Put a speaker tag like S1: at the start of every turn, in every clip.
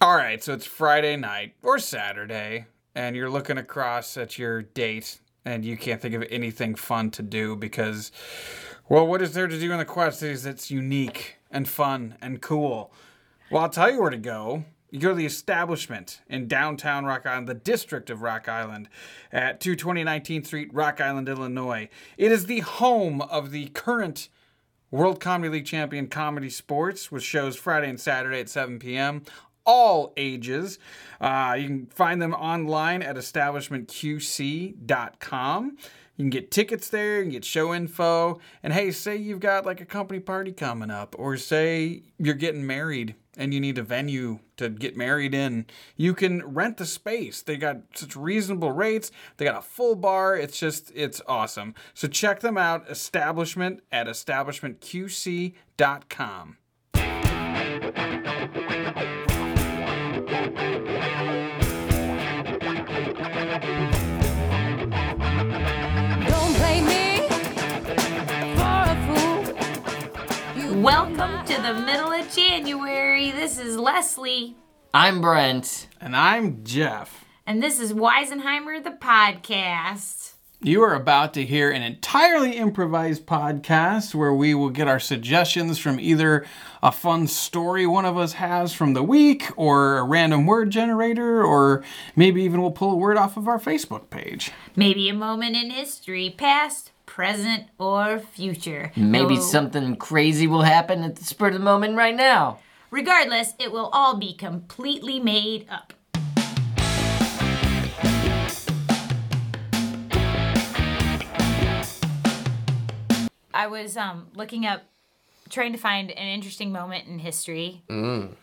S1: All right, so it's Friday night or Saturday, and you're looking across at your date, and you can't think of anything fun to do because, well, what is there to do in the Quad Cities that's unique and fun and cool? Well, I'll tell you where to go. You go to the establishment in downtown Rock Island, the district of Rock Island, at 220 19th Street, Rock Island, Illinois. It is the home of the current World Comedy League champion Comedy Sports, with shows Friday and Saturday at 7 p.m. All ages. Uh, you can find them online at establishmentqc.com. You can get tickets there, you can get show info. And hey, say you've got like a company party coming up, or say you're getting married and you need a venue to get married in, you can rent the space. They got such reasonable rates. They got a full bar. It's just, it's awesome. So check them out, establishment at establishmentqc.com.
S2: Don't blame me for a fool. You
S3: Welcome to the middle of January. This is Leslie,
S4: I'm Brent.
S1: And I'm Jeff.
S3: and this is Weisenheimer the podcast.
S1: You are about to hear an entirely improvised podcast where we will get our suggestions from either a fun story one of us has from the week, or a random word generator, or maybe even we'll pull a word off of our Facebook page.
S3: Maybe a moment in history, past, present, or future.
S4: Maybe
S3: Oh,
S4: something crazy will happen at the spur of the moment right now.
S3: Regardless, it will all be completely made up. I was um, looking up, trying to find an interesting moment in history, um,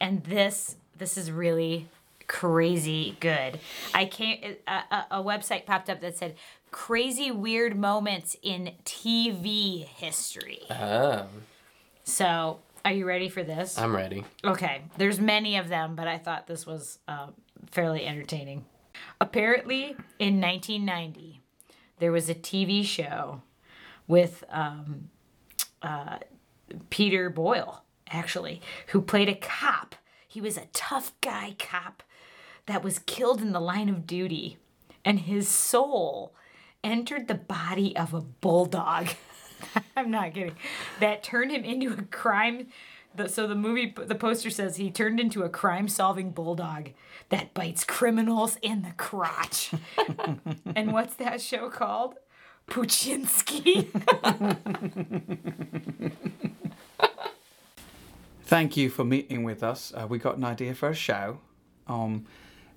S3: and this this is really crazy good. I came a, a, a website popped up that said crazy weird moments in TV history.
S4: Oh,
S3: So, are you ready for this?
S4: I'm ready.
S3: Okay, there's many of them, but I thought this was um, fairly entertaining. Apparently, in 1990, there was a TV show with um, uh, Peter Boyle, actually, who played a cop. He was a tough guy cop that was killed in the line of duty, and his soul entered the body of a bulldog. I'm not kidding. That turned him into a crime. The, so the movie, the poster says he turned into a crime-solving bulldog that bites criminals in the crotch. and what's that show called? Puchinsky.
S1: Thank you for meeting with us. Uh, we got an idea for a show. Um,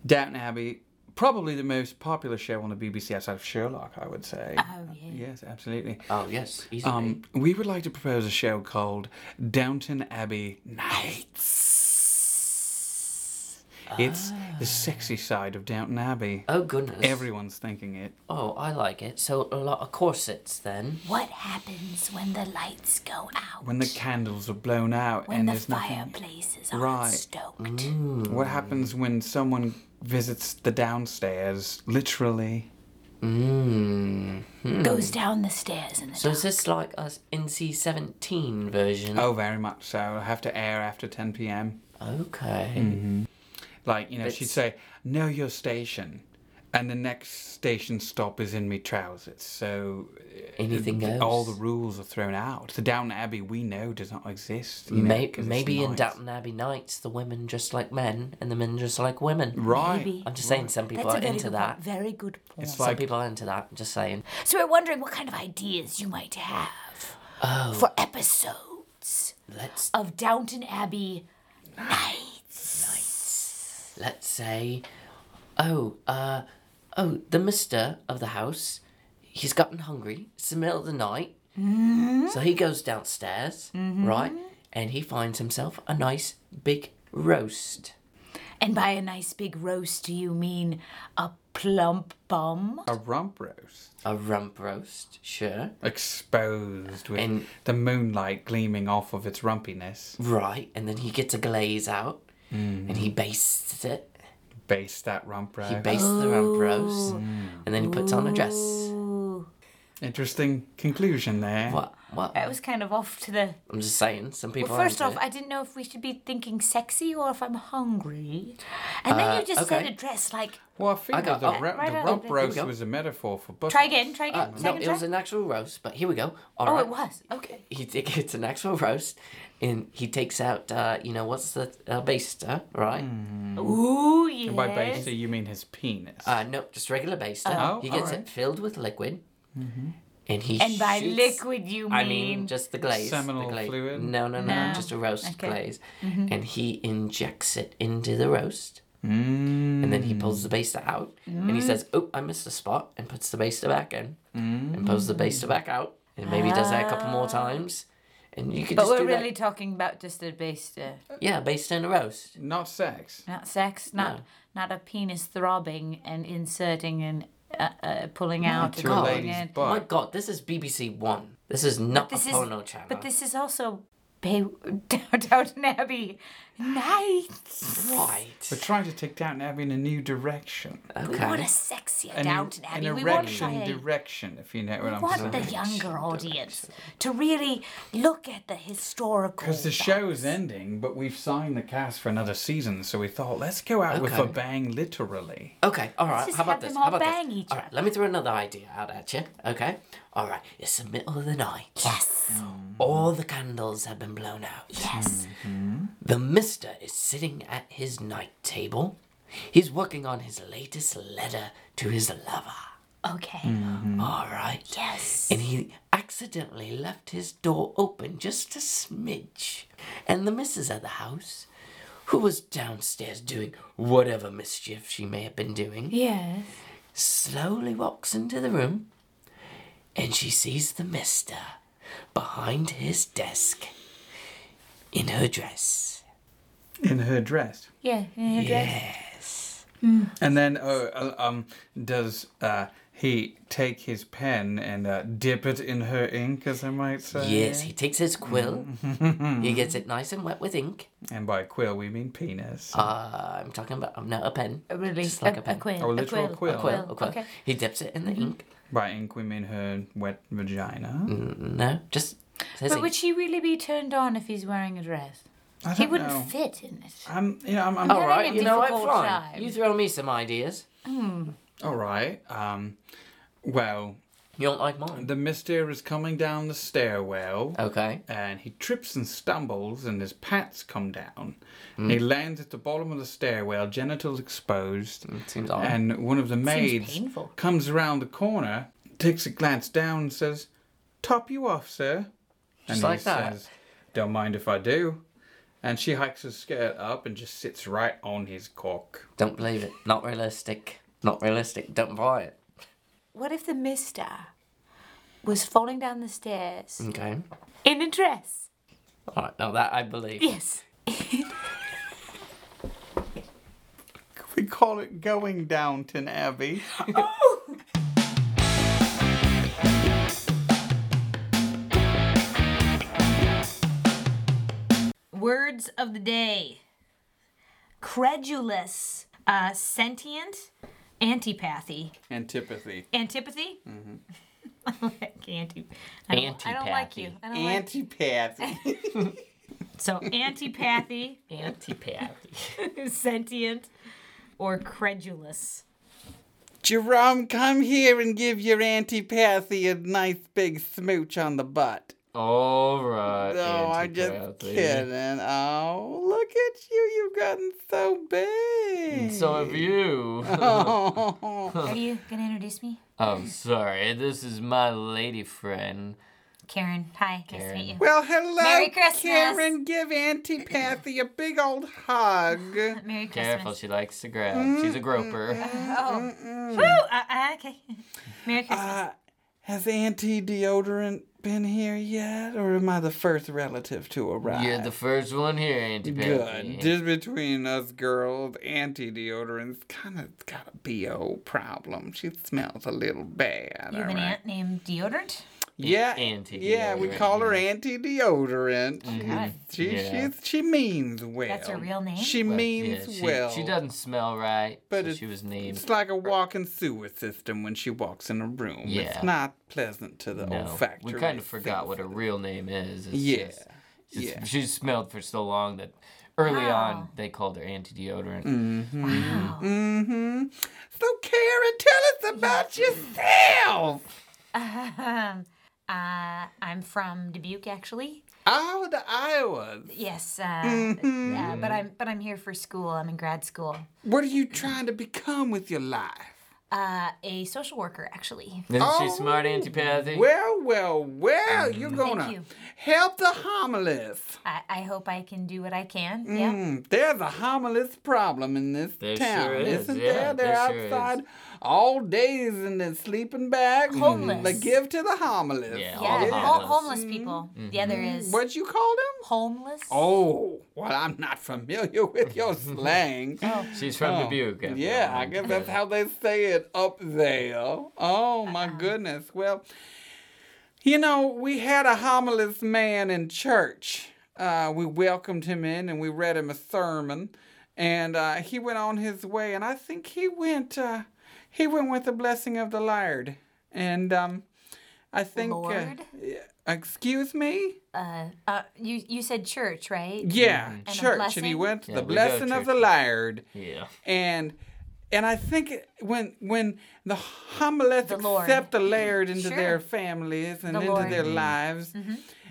S1: Downton Abbey, probably the most popular show on the BBC outside of Sherlock, I would say. Oh, yeah. Yes, absolutely.
S4: Oh yes, easy.
S1: Um, we would like to propose a show called Downton Abbey Nights. It's the sexy side of Downton Abbey.
S4: oh goodness.
S1: Everyone's thinking it.
S4: oh, I like it. So a lot of corsets then.
S3: what happens when the lights go out?
S1: When the candles are blown out and there's nothing.
S3: fireplaces
S1: Right.
S3: stoked.
S4: Mm.
S1: What happens when someone visits the downstairs, literally?
S4: Hmm.
S3: Goes down the stairs and the
S4: So is this like a NC-17 version?
S1: Oh, very much so. I have to air after 10 p.m.
S4: Okay.
S1: Mm, Like, you know, she'd say, know your station. And the next station stop is in me trousers. So
S4: Anything
S1: th-
S4: goes.
S1: all the rules are thrown out. The Down Abbey we know does not exist. you know,
S4: May-
S1: 'cause it's
S4: maybe in
S1: nice.
S4: Downton Abbey Nights, the women just like men, and the men just like women.
S1: Right.
S4: I'm just saying, some people are into that.
S3: Very good point.
S1: It's
S4: Some
S1: like
S4: people are into that. I'm just saying.
S3: So we're wondering what kind of ideas you might have
S4: Oh.
S3: for episodes
S4: Let's
S3: of Downton Abbey
S4: let's say, oh, uh, oh, the mister of the house, he's gotten hungry. It's the middle of the night.
S3: Mm-hmm.
S4: So he goes downstairs, right? And he finds himself a nice big roast.
S3: And by a nice big roast, do you mean a plump bum?
S1: a rump roast
S4: A rump roast, sure.
S1: exposed with
S4: And-
S1: the moonlight gleaming off of its rumpiness.
S4: Right. And then he gets a glaze out and he bastes it.
S1: Base that rump roast.
S3: Oh.
S4: He bastes the rump roast and then he puts on a dress.
S1: Interesting conclusion there.
S4: What? What?
S3: It was kind of off to the.
S4: I'm just saying, some people.
S3: Well,
S4: are
S3: first
S4: into
S3: off,
S4: it.
S3: I didn't know if we should be thinking sexy or if I'm hungry. And then you just said
S4: Uh, okay.
S3: a dress like.
S1: Well, I figured
S4: got-
S1: the,
S4: oh,
S1: ru-
S3: right
S1: the
S3: on,
S1: rump
S3: there we
S1: roast
S4: go.
S1: was a metaphor for butt.
S3: Try again, try again.
S4: Uh, no,
S3: second
S4: it was
S3: try.
S4: an actual roast, but here we go. All
S3: Oh,
S4: right.
S3: it was. Okay.
S4: He t- gets an actual roast, and he takes out, uh, you know, what's the uh, baster, right?
S1: Mm.
S3: Ooh, yeah.
S1: By baster, you mean his penis.
S4: Uh, no, just regular baster.
S1: Oh.
S4: he
S1: Oh,
S4: gets
S1: alright. Mm-hmm.
S4: it filled with liquid, and he
S3: And by
S4: shoots-
S3: liquid, you mean.
S4: I mean, just the glaze. the
S1: Seminal
S4: glaze.
S1: fluid?
S4: No, no, no,
S3: No.
S4: just a roast
S3: Okay. Mm-hmm.
S4: glaze. And he injects it into the roast.
S1: Mm.
S4: And then he pulls the baster out. And he says, Oh, I missed a spot. And puts the baster back in. And pulls the
S1: Mm.
S4: baster back out. And maybe does that a couple more times. And you could
S3: Ah. But
S4: just
S3: we're
S4: do
S3: really talking about just a baster,
S4: that. Yeah, baster and a roast.
S1: Not sex.
S3: not sex, not
S4: No.
S3: not a penis throbbing and inserting and uh, uh, pulling out and
S1: To a
S4: God.
S3: pulling
S1: lady's
S3: in.
S4: Oh My
S1: butt.
S4: God, this is BBC One. This is not
S3: This
S4: a
S3: is,
S4: porno channel.
S3: but this is also Bay Downton Abbey. Nice.
S1: We're
S4: Right.
S1: trying to take Downton Abbey in a new direction.
S4: Okay.
S3: What a sexier
S1: An,
S3: Downton Abbey.
S1: an
S3: we want, to
S1: erection direction, if you know what I'm
S3: want the
S1: saying.
S3: younger audience to really look at the historical.
S1: Because the show's ending, but we've signed the cast for another season, so we thought, let's go out with a
S4: Okay.
S1: bang, literally.
S4: Okay, all right.
S3: just
S4: How about
S3: have them
S4: this?
S3: all
S4: How about
S3: bang
S4: this?
S3: each
S4: all right,
S3: other.
S4: let me throw another idea out at you. Okay, all right. It's the middle of the night.
S3: Yes.
S4: All the candles have been blown out.
S3: Yes.
S4: The Mister is sitting at his night table. He's working on his latest letter to his lover.
S3: Okay.
S4: Hmm. All right.
S3: Yes.
S4: And he accidentally left his door open just a smidge. And the missus at the house, who was downstairs doing whatever mischief she may have been doing,
S3: Yes.
S4: slowly walks into the room and she sees the mister behind his desk in her dress.
S1: In her dress.
S3: Yeah. in her dress.
S4: Yes.
S1: And then, uh, uh, um, does uh, he take his pen and uh, dip it in her ink, as I might say?
S4: Yes, he takes his quill, he gets it nice and wet with ink.
S1: And by quill, we mean penis.
S4: Uh, I'm talking about, I'm not a pen.
S3: A really
S4: Just like a pen.
S3: quill.
S1: Oh, a literal quill.
S4: A quill, a quill.
S3: Okay. Mm-hmm.
S4: He dips it in the ink.
S1: by ink, we mean her wet vagina.
S4: Mm. No, just says
S3: But
S4: it.
S3: would she really be turned on if he's wearing a dress?
S1: I
S3: He
S1: don't
S3: wouldn't
S1: know.
S3: fit in it.
S1: I'm, you know, I'm, I'm
S4: All right,
S3: a
S4: you know what?
S3: difficult
S4: Fine.
S3: time.
S4: You throw me some ideas.
S1: all right. Um, well,
S4: You don't like mine.
S1: the mister is coming down the stairwell.
S4: Okay.
S1: and he trips and stumbles and his pants come down. He
S4: Mm.
S1: lands at the bottom of the stairwell, genitals exposed,
S4: Seems odd.
S1: and one of the maids
S3: painful.
S1: comes around the corner, takes a glance down and says, Top you off, sir.
S4: Just
S1: and
S4: like
S1: he
S4: that.
S1: says, Don't mind if I do. And she hikes her skirt up and just sits right on his cock.
S4: Don't believe it. Not realistic. Not realistic. Don't buy it.
S3: What if the mister was falling down the stairs
S4: Okay.
S3: in a dress?
S4: All right. Now that I believe.
S3: Yes.
S1: We call it going Downton Abbey.
S3: Words of the day credulous, uh, sentient, antipathy.
S1: Antipathy.
S3: Antipathy? Mm-hmm. I don't like anti- I don't, I don't like you. I don't like
S1: Antipathy.
S3: So, antipathy,
S4: Antipathy.
S3: sentient, or credulous.
S1: Jerome, come here and give your antipathy a nice big smooch on the butt.
S4: All right.
S1: Oh, I just kidding. Oh, look at you. You've gotten so big.
S4: So have you.
S1: Oh.
S3: Are you going to introduce me?
S4: I'm sorry. This is my lady friend.
S3: Karen. Hi. Nice to meet you.
S1: Well, hello,
S3: Merry Christmas.
S1: Karen. Give antipathy a big old hug.
S3: Merry Christmas.
S4: Careful, she likes to grab. She's a groper.
S1: Mm-hmm.
S3: Oh. Woo! Uh, uh, okay. Merry Christmas.
S1: Uh, has anti deodorant been here yet, or am I the first relative to arrive?
S4: You're the first one here,
S1: Good.
S4: Antipathy.
S1: Just between us girls, anti deodorant's kind of got a BO problem. She smells a little bad.
S3: you have
S1: all
S3: an
S1: right?
S3: aunt named Deodorant?
S1: Yeah.
S4: Auntie
S1: Yeah, we
S4: deodorant,
S1: call her
S4: yeah.
S1: anti deodorant.
S3: God.
S1: She,
S4: Yeah.
S1: she she means well.
S3: Mm-hmm. That's her real name?
S1: She
S4: But,
S1: means
S4: yeah, she,
S1: well.
S4: She doesn't smell right,
S1: But
S4: but
S1: it's-
S4: she was named.
S1: It's like a walking sewer system when she walks in a room.
S4: Yeah.
S1: It's not pleasant to the
S4: No,
S1: olfactory.
S4: we kind of
S1: sense.
S4: forgot what her real name is. It's
S1: Yeah.
S4: just- it's-
S1: Yeah.
S4: She smelled for so long that early on
S3: Wow.
S4: they called her anti deodorant.
S1: Mm.
S3: Wow.
S1: Mm-hmm. So Karen, tell us about yourself.
S3: Um, uh, I'm from Dubuque, actually.
S1: Oh, the Iowas.
S3: Yes, uh,
S1: Mm-hmm.
S3: yeah, but I'm but I'm here for school. I'm in grad school.
S1: What are you trying to become with your life?
S3: Uh, a social worker, actually.
S4: Isn't she
S1: Oh,
S4: smart, antipathy?
S1: Well, well, well, you're
S4: Mm-hmm.
S1: gonna
S3: you.
S1: help the homeless.
S3: I, I hope I can do what I can. Yeah.
S1: Mm, there's a homeless problem in this
S4: There
S1: town,
S4: sure is,
S1: isn't
S4: yeah,
S1: there? They're
S4: there sure is.
S1: outside all days in their sleeping bags.
S3: Homeless.
S1: They give to the homeless.
S4: Yeah, all
S3: Yeah,
S4: the
S3: ho-
S4: homeless.
S3: homeless people. Yeah, there is
S1: What'd you call them?
S3: homeless.
S1: Oh, well, I'm not familiar with your slang.
S4: She's from
S1: Oh,
S4: Dubuque. after
S1: Yeah,
S4: all.
S1: I guess that's how they say it up there. Oh my
S4: Uh-huh.
S1: goodness. Well, you know, we had a homeless man in church. Uh, we welcomed him in and we read him a sermon, and uh, he went on his way. And I think he went, uh, he went with the blessing of the Lord. And um, I think,
S3: Lord?
S1: Uh, excuse me.
S4: Mm-hmm.
S3: Uh, uh, you you said church, right?
S1: Yeah,
S3: a
S1: church, and he
S3: blessing?
S1: went to
S4: Yeah,
S1: the
S4: we go to
S1: blessing of
S4: church.
S1: the Lord
S4: Yeah.
S1: and and I think it- when when the homeless
S3: The Lord.
S1: accept the Laird into
S3: Sure.
S1: their families and
S3: The
S1: into
S3: Lord. Mm-hmm.
S1: their lives,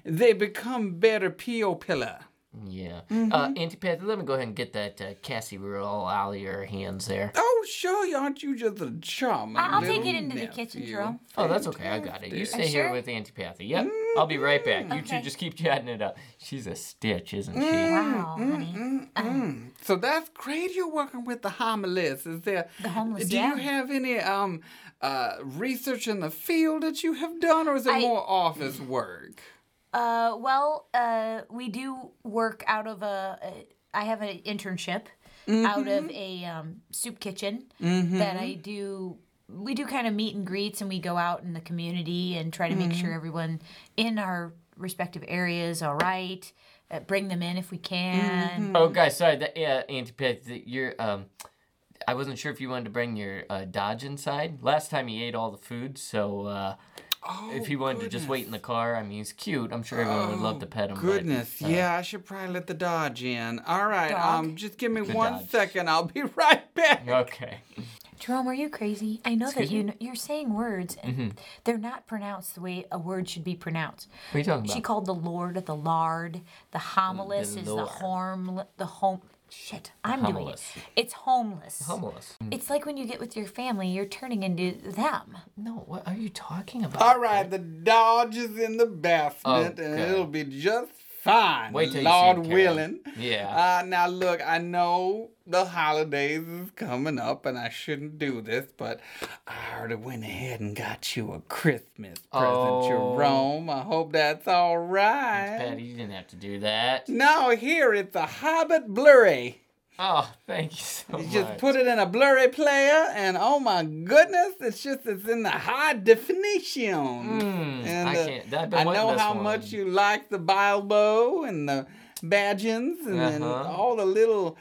S1: they become better peel pillar.
S4: Yeah.
S1: Mm-hmm.
S4: Uh, antipathy, let me go ahead and get that uh, Cassie roll out of your hands there.
S1: Oh, sure, aren't you just a charming?
S3: I- I'll take
S1: little
S3: it into the kitchen,
S1: nephew?
S3: Jerome.
S4: Oh, that's okay. I got it. You stay
S3: Fantastic.
S4: here
S3: Sure.
S4: with antipathy. Yep. I'll be right back. You two
S3: Okay. Mm-hmm.
S4: just keep chatting it up. She's a stitch, isn't she?
S3: Wow, honey.
S1: Mm, So that's great. You're working with the homeless. Is there
S3: The homeless,
S1: Do you
S3: yeah.
S1: have any um uh research in the field that you have done, or is it
S3: I-
S1: more office work?
S3: Uh, well, uh, we do work out of a. a- I have an internship out of a um, soup kitchen that I do. We do kind of meet and greets, and we go out in the community and try to make sure everyone in our respective areas all right. Uh, bring them in if we can.
S1: Um,
S4: Oh, guys, sorry. That, yeah, antipathy, that you're, um, I wasn't sure if you wanted to bring your uh, Dodge inside. Last time he ate all the food, so uh,
S1: Oh,
S4: if he wanted to just wait in the car, I mean, he's cute. I'm sure everyone would Oh, love to pet him. but,
S1: Oh, Goodness,
S4: uh,
S1: yeah, I should probably let the dodge in. All right,
S3: Dog?
S1: um, just give me
S4: The
S1: one
S4: dodge.
S1: second. I'll be right back.
S4: Okay.
S3: Jerome, are you crazy? I know that you know, you're saying words and they're not pronounced the way a word should be pronounced.
S4: What are you talking about?
S3: She called the Lord the lard. The homeless is the
S4: Lord.
S3: harm. The home. Shit, I'm doing it.
S4: homeless.
S3: It's homeless.
S4: Homeless.
S3: It's like when you get with your family, you're turning into them.
S4: No, what are you talking about?
S1: All right, the dodge is in the basement, and
S4: Okay.
S1: it'll be just fine.
S4: Oh, Wait till you see
S1: Lord
S4: it, Karen.
S1: willing.
S4: Yeah.
S1: Uh, now look, I know the holidays is coming up, and I shouldn't do this, but I already went ahead and got you a Christmas present,
S4: Oh.
S1: Jerome. I hope that's all right.
S4: Patty, you didn't have to do that.
S1: Now here it's a Hobbit blurry.
S4: Oh, thank you so
S1: You
S4: much.
S1: just put it in a blurry player, and oh my goodness, it's just it's in the high definition.
S4: Mm,
S1: and
S4: I
S1: uh,
S4: can't. I've been
S1: I
S4: wanting
S1: know
S4: this
S1: how
S4: one.
S1: much you like the Bilbo and the Badgins and, then
S4: Uh-huh.
S1: all the little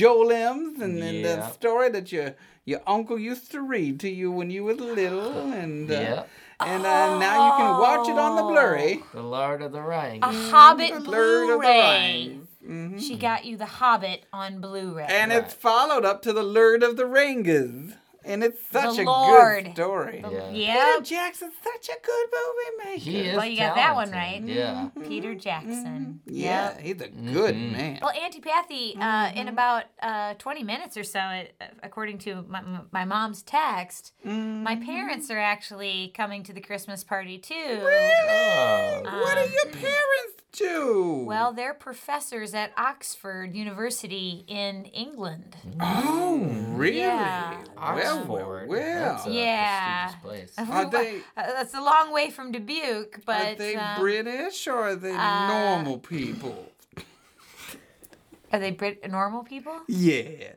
S1: Jolims and then the
S4: Yeah.
S1: story that your your uncle used to read to you when you was little and uh,
S4: Yeah.
S1: and uh, now you can watch it on the blurry.
S4: The Lord of the Rings.
S3: A
S1: Ah,
S3: Hobbit
S1: Mm-hmm. Blurred of the
S3: Blu-ray.
S1: Rings. Mhm.
S3: She got you the Hobbit on Blu-ray.
S1: And it's
S4: Right.
S1: followed up to the Lord of the Rings. And it's such a
S3: Lord.
S1: good story.
S4: yeah.
S3: yeah,
S1: Peter Jackson's such a good movie maker.
S4: He is
S3: Well, you got that one
S4: talented.
S3: right.
S4: Yeah.
S3: Peter Jackson.
S1: Yeah, he's a good
S4: Mm-hmm.
S1: man.
S3: Well, antipathy uh,
S1: Mm-hmm.
S3: in about uh, 20 minutes or so, it, according to my, my mom's text, my
S1: Mm-hmm.
S3: parents are actually coming to the Christmas party too.
S4: Oh.
S1: What do your parents do?
S3: Uh, Well, they're professors at Oxford University in England.
S1: oh, really?
S3: Yeah.
S1: Well, well,
S4: Oxford.
S1: well.
S4: That's a
S3: Yeah.
S4: prestigious place.
S1: Are they
S3: Uh, that's a long way from Dubuque, but uh,
S1: are they
S3: um,
S1: British or are they normal people?
S3: are they Brit normal people?
S1: Yes.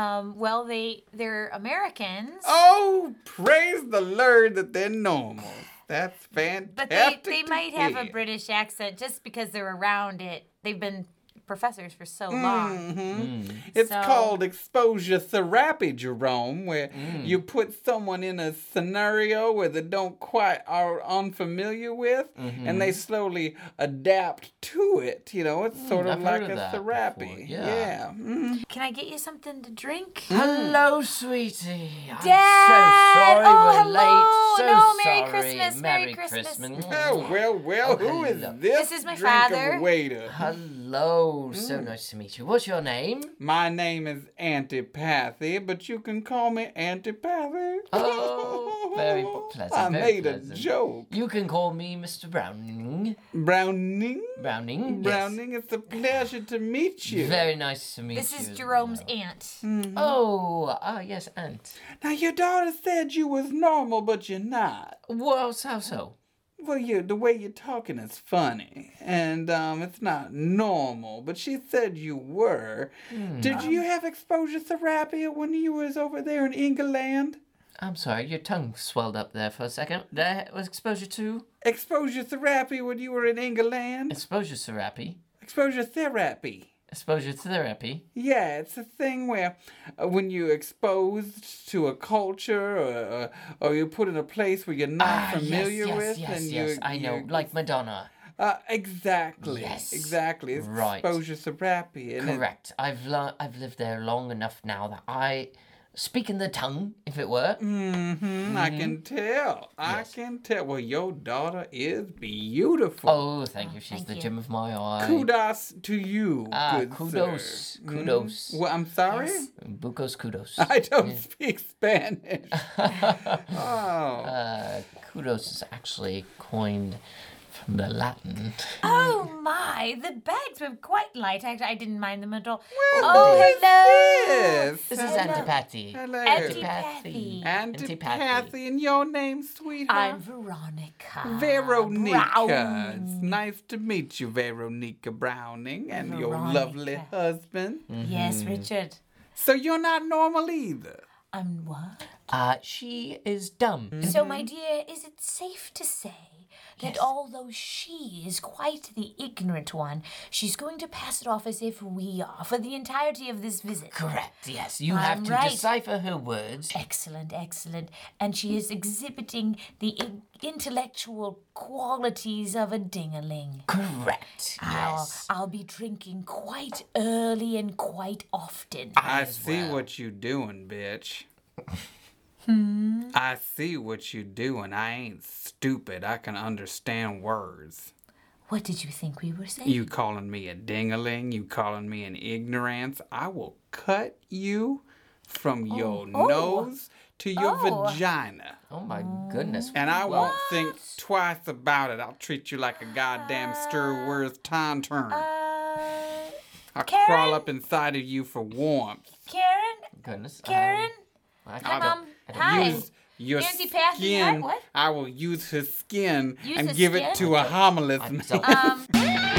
S3: Um, well, they they're Americans.
S1: Oh, praise the Lord that they're normal. That's fantastic.
S3: But they, they
S1: to
S3: might have a
S1: hear.
S3: British accent just because they're around it. They've been professors for so long.
S1: Mm-hmm. It's
S3: So-
S1: called exposure therapy, Jerome, where
S4: Mm.
S1: you put someone in a scenario where they don't quite are unfamiliar with,
S4: Mm-hmm.
S1: and they slowly adapt to it. You know, it's sort of
S4: Mm, I've
S1: like
S4: heard of
S1: a
S4: that
S1: therapy.
S4: before,
S1: Yeah.
S4: yeah.
S1: Mm.
S3: Can I get you something to drink?
S1: Mm-hmm.
S4: Hello, sweetie. I'm
S3: Dad!
S4: so sorry
S3: Oh,
S4: we're
S3: hello!
S4: late. So
S3: No, Merry
S4: sorry.
S3: Christmas, Merry
S4: Merry
S3: Christmas.
S4: Mm.
S1: Oh well, well, who is
S4: hello.
S1: this?
S3: This is my
S1: drink of a
S3: father.
S1: Waiter.
S4: Mm. Hello. So nice to meet you. What's your name?
S1: My name is Antipathy, but you can call me Antipathy.
S4: Oh, very po- pleasant,
S1: I
S4: very
S1: made a
S4: pleasant.
S1: joke.
S4: You can call me Mr. Browning.
S1: Browning.
S4: Browning.
S1: Browning, it's a pleasure to meet you.
S4: Yes. Very nice to meet
S3: This
S4: you.
S3: is
S4: as
S3: Jerome's
S4: well.
S3: aunt.
S1: Mm-hmm.
S4: Oh, ah, yes, aunt.
S1: Now your daughter said you was normal, but you're not.
S4: Well, how so?
S1: Well, you the way you're talking is funny, and um, it's not normal. But she said you were. Did you have exposure therapy when you was over there in England?
S4: I'm sorry, your tongue swelled up there for a second. There was exposure to
S1: Exposure therapy when you were in England.
S4: exposure therapy.
S1: Exposure therapy.
S4: Exposure therapy.
S1: Yeah, it's a thing where uh, when you're exposed to a culture or, uh, or, or you're put in a place where you're
S4: Ah,
S1: not familiar
S4: yes, yes,
S1: with,
S4: yes,
S1: and
S4: yes.
S1: you
S4: I know,
S1: you-
S4: like Madonna.
S1: Uh, exactly.
S4: Yes.
S1: Exactly. It's
S4: Right.
S1: exposure therapy. And it-
S4: Correct. I've lo- I've lived there long enough now that I speak in the tongue, if it were.
S1: Mm, I can
S4: Mm-hmm.
S1: tell. I can tell. Well, your daughter is beautiful.
S4: Oh, thank you. She's
S3: thank
S4: the
S3: you.
S4: gem of my eye.
S1: Kudos to you.
S4: Ah,
S1: good
S4: kudos,
S1: sir. Hmm?
S4: kudos.
S1: Well, I'm sorry.
S4: Bucos kudos.
S1: I don't speak Spanish. oh.
S4: uh, kudos is actually coined from the Latin.
S3: Oh my, the bags were quite light. Actually, I didn't mind them at all.
S1: who is
S3: oh, hello.
S1: This
S4: This is antipathy.
S1: Hello.
S3: Antipathy.
S1: Antipathy in your name, sweetheart.
S3: I'm Veronica.
S1: Veronica.
S3: Brown.
S1: It's nice to meet you, Veronica Browning, and your lovely
S3: Veronica. Mm.
S1: husband.
S3: Yes, Richard.
S1: So you're not normal either.
S3: I'm what?
S4: Uh, she is dumb.
S3: So, my dear, is it safe to say that although she is quite the ignorant one, she's going to pass it off as if we are for the entirety of this visit?
S4: Correct. Yes, you have
S3: I'm
S4: to
S3: right.
S4: decipher her words.
S3: Excellent, excellent. And she is exhibiting the in- intellectual qualities of a dingaling.
S4: Correct. Yes.
S3: I'll, I'll be drinking quite early and quite often.
S1: I see what you doing, bitch.
S3: Hmm?
S1: I see what you doing. I ain't stupid. I can understand words.
S3: What did you think we were saying?
S1: You calling me a dingaling? You calling me an ignorance? I will cut you from your nose to your
S3: Oh.
S1: vagina.
S4: Oh my goodness.
S1: And I won't think twice about it. I'll treat you like a goddamn Stirworth time turn.
S3: uh,
S1: I'll
S3: Karen?
S1: crawl up inside of you for warmth.
S3: Karen?
S4: Goodness. um,
S3: Karen?
S4: I
S3: Hi,
S4: don't-
S3: Mom.
S4: I don't
S3: Um, Hi.
S4: use-
S1: Use your
S3: Nancy Pathy,
S1: skin.
S3: what?
S1: I will use his skin
S3: Use
S1: and
S3: his
S1: give
S3: skin?
S1: it to a homeless
S4: I'm
S1: man.
S4: so-
S3: Um,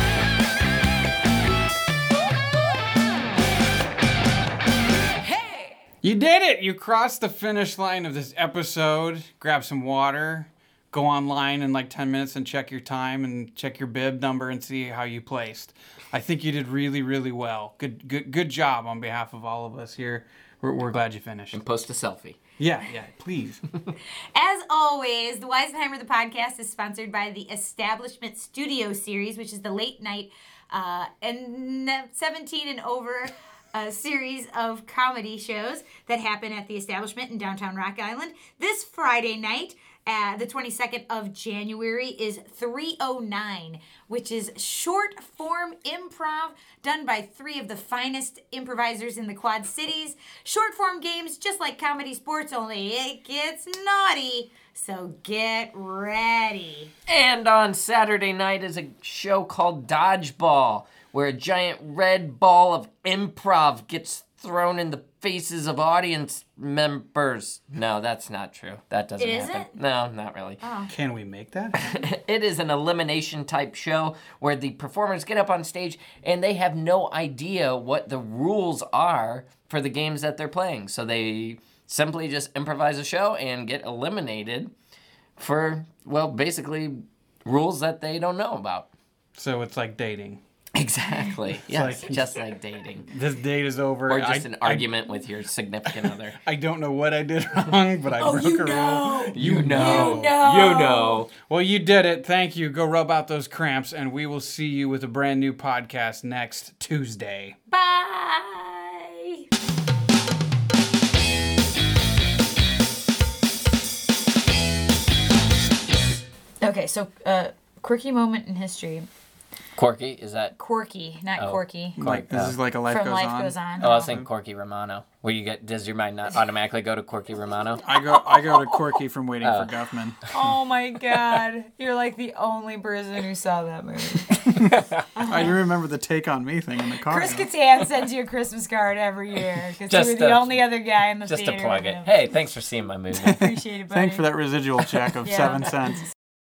S1: You did it! You crossed the finish line of this episode. Grab some water, go online in like 10 minutes and check your time and check your bib number and see how you placed. I think you did really, really well. Good good good job on behalf of all of us here. We're, we're glad you finished.
S4: post a selfie.
S1: Yeah, yeah, please.
S3: As always, the Weisenheimer the podcast is sponsored by the Establishment Studio Series, which is the late night uh, and ne- 17 and over uh, series of comedy shows that happen at the Establishment in downtown Rock Island. This Friday night, uh, the 22nd of January, is 309, which is short form improv done by three of the finest improvisers in the Quad Cities. Short form games, just like comedy sports, only it gets naughty. So get ready.
S4: And on Saturday night is a show called Dodgeball, where a giant red ball of improv gets thrown in the faces of audience members. No, that's not true. That doesn't
S3: It
S4: happen.
S3: isn't?
S4: No, not really.
S1: Can we make that? happen?
S4: It is an elimination type show where the performers get up on stage and they have no idea what the rules are for the games that they're playing. So they simply just improvise a show and get eliminated for well, basically rules that they don't know about.
S1: So it's like dating.
S4: Exactly. yes,
S1: like-
S4: just like dating.
S1: This date is over.
S4: Or just
S1: I,
S4: an argument with your significant other.
S1: I, I don't know what I did wrong, but I
S3: Oh,
S1: broke a rule.
S4: You know.
S1: know.
S4: You know.
S1: Well, you did it. Thank you. Go rub out those cramps, and we will see you with a brand new podcast next Tuesday.
S3: Bye. Okay, so uh, quirky moment in history.
S5: Corky, is that?
S3: Quirky, not
S5: Oh.
S3: quirky.
S1: Like this is like a life,
S3: From
S1: goes,
S3: Life
S1: on.
S3: Goes On.
S5: Oh, I was thinking Corky Romano. Where you get? Does your mind not automatically go to Corky Romano?
S1: I go I go to Corky from Waiting
S4: Uh.
S1: for Guffman.
S5: hmm.
S3: Oh my god. You're like the only person who saw that movie.
S1: I remember the take on me thing in the car.
S3: Chris Kattan sends you a Christmas card every year because you
S5: Just
S3: were the
S5: to-
S3: only other guy in the
S5: Just
S3: theater.
S5: to plug
S3: with
S5: it.
S3: him.
S5: Hey, thanks for seeing my movie.
S3: Appreciate it, buddy.
S1: Thanks for that residual check of
S3: Yeah.
S1: seven cents.